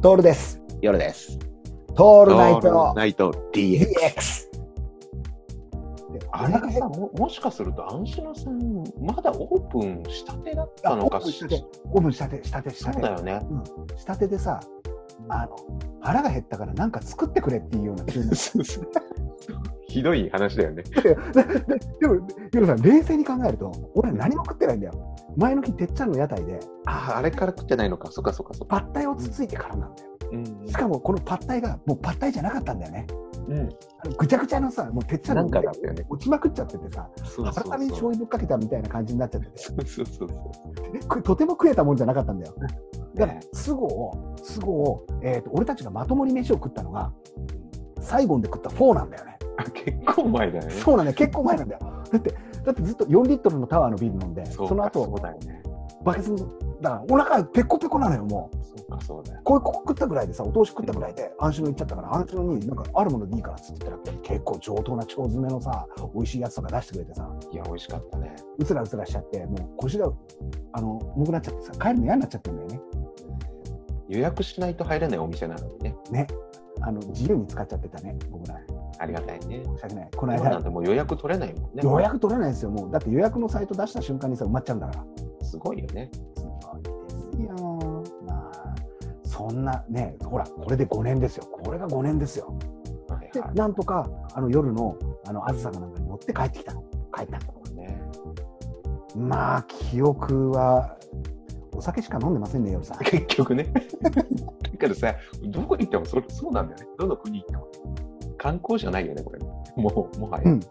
トールです。夜です。トオールナイトナイト DX。 DX。あれがさも、もしかすると、アンシュラさん、まだオープンしたてだったのかあオーブンしたてオーブンしたて、したて、したそうだて。よね。したてでさ、あの、腹が減ったからなんか作ってくれっていう ような注文 ひどい話だよね。ででも、ヨルさん、冷静に考えると、俺何も食ってないんだよ。前の日、てっちゃんの屋台で、ああ、あれから食ってないのか。そっかそっかそっパか。ッタイをつついてからなんだよ。うんしかも、このパッタイが、もうパッタイじゃなかったんだよね。うん。あのぐちゃぐちゃのさ、もうてっちゃんなのんかだったよね。落ちまくっちゃっててさ、そうそう改めにそ醤う。油ぶっかけたみたいな感じになっちゃってて、そうそうそうそくとても食えたもんじゃなかったんだよ。う。 だからね、都合を、都合を、えー、と俺たちがまともに飯を食ったのが、サイゴンで食ったフォーなんだよね。あ結構前だよね。そうなんだよ、結構前なんだよ。だって、だってずっと4リットルのタワーのビール飲んで、そかの後そうだよね。バケツの、だからお腹ペコペコなのよ、もう。そうかそうだよ。こういうここ食ったぐらいでさ、お通し食ったぐらいで、暗証の行っちゃったから、暗証になんかあるものでいいからっつって言ったら、結構上等な腸詰めのさ、美味しいやつとか出してくれてさ、いや、美味しかったね。うつらうつらしちゃって、もう腰が、あの、重くなっちゃってさ、帰るの嫌になっちゃってんだよね。予約しないと入れないお店なのにね。ね。あの、自由に使っちゃってたね、僕ら。ありがたいね。申し訳ない。この今間な、んてもう予約取れないもんね。予約取れないですよ、もう。だって予約のサイト出した瞬間にさ、埋まっちゃうんだから。すごいよね。すごいですよ。まあ、そんなね、ほら、これで5年ですよ。これが5年ですよ。はいでは、なんとか、あの夜の、あの、あずさかなんかに乗って帰ってきた。帰った。い。ねまあ、記憶は、お酒しか飲んでませんね、夜さん。結局ね。だけどさ、どこに行ってもそれそうなんだよね。どの国行っても。観光じゃないよね、これね。もう、もはや。うんうん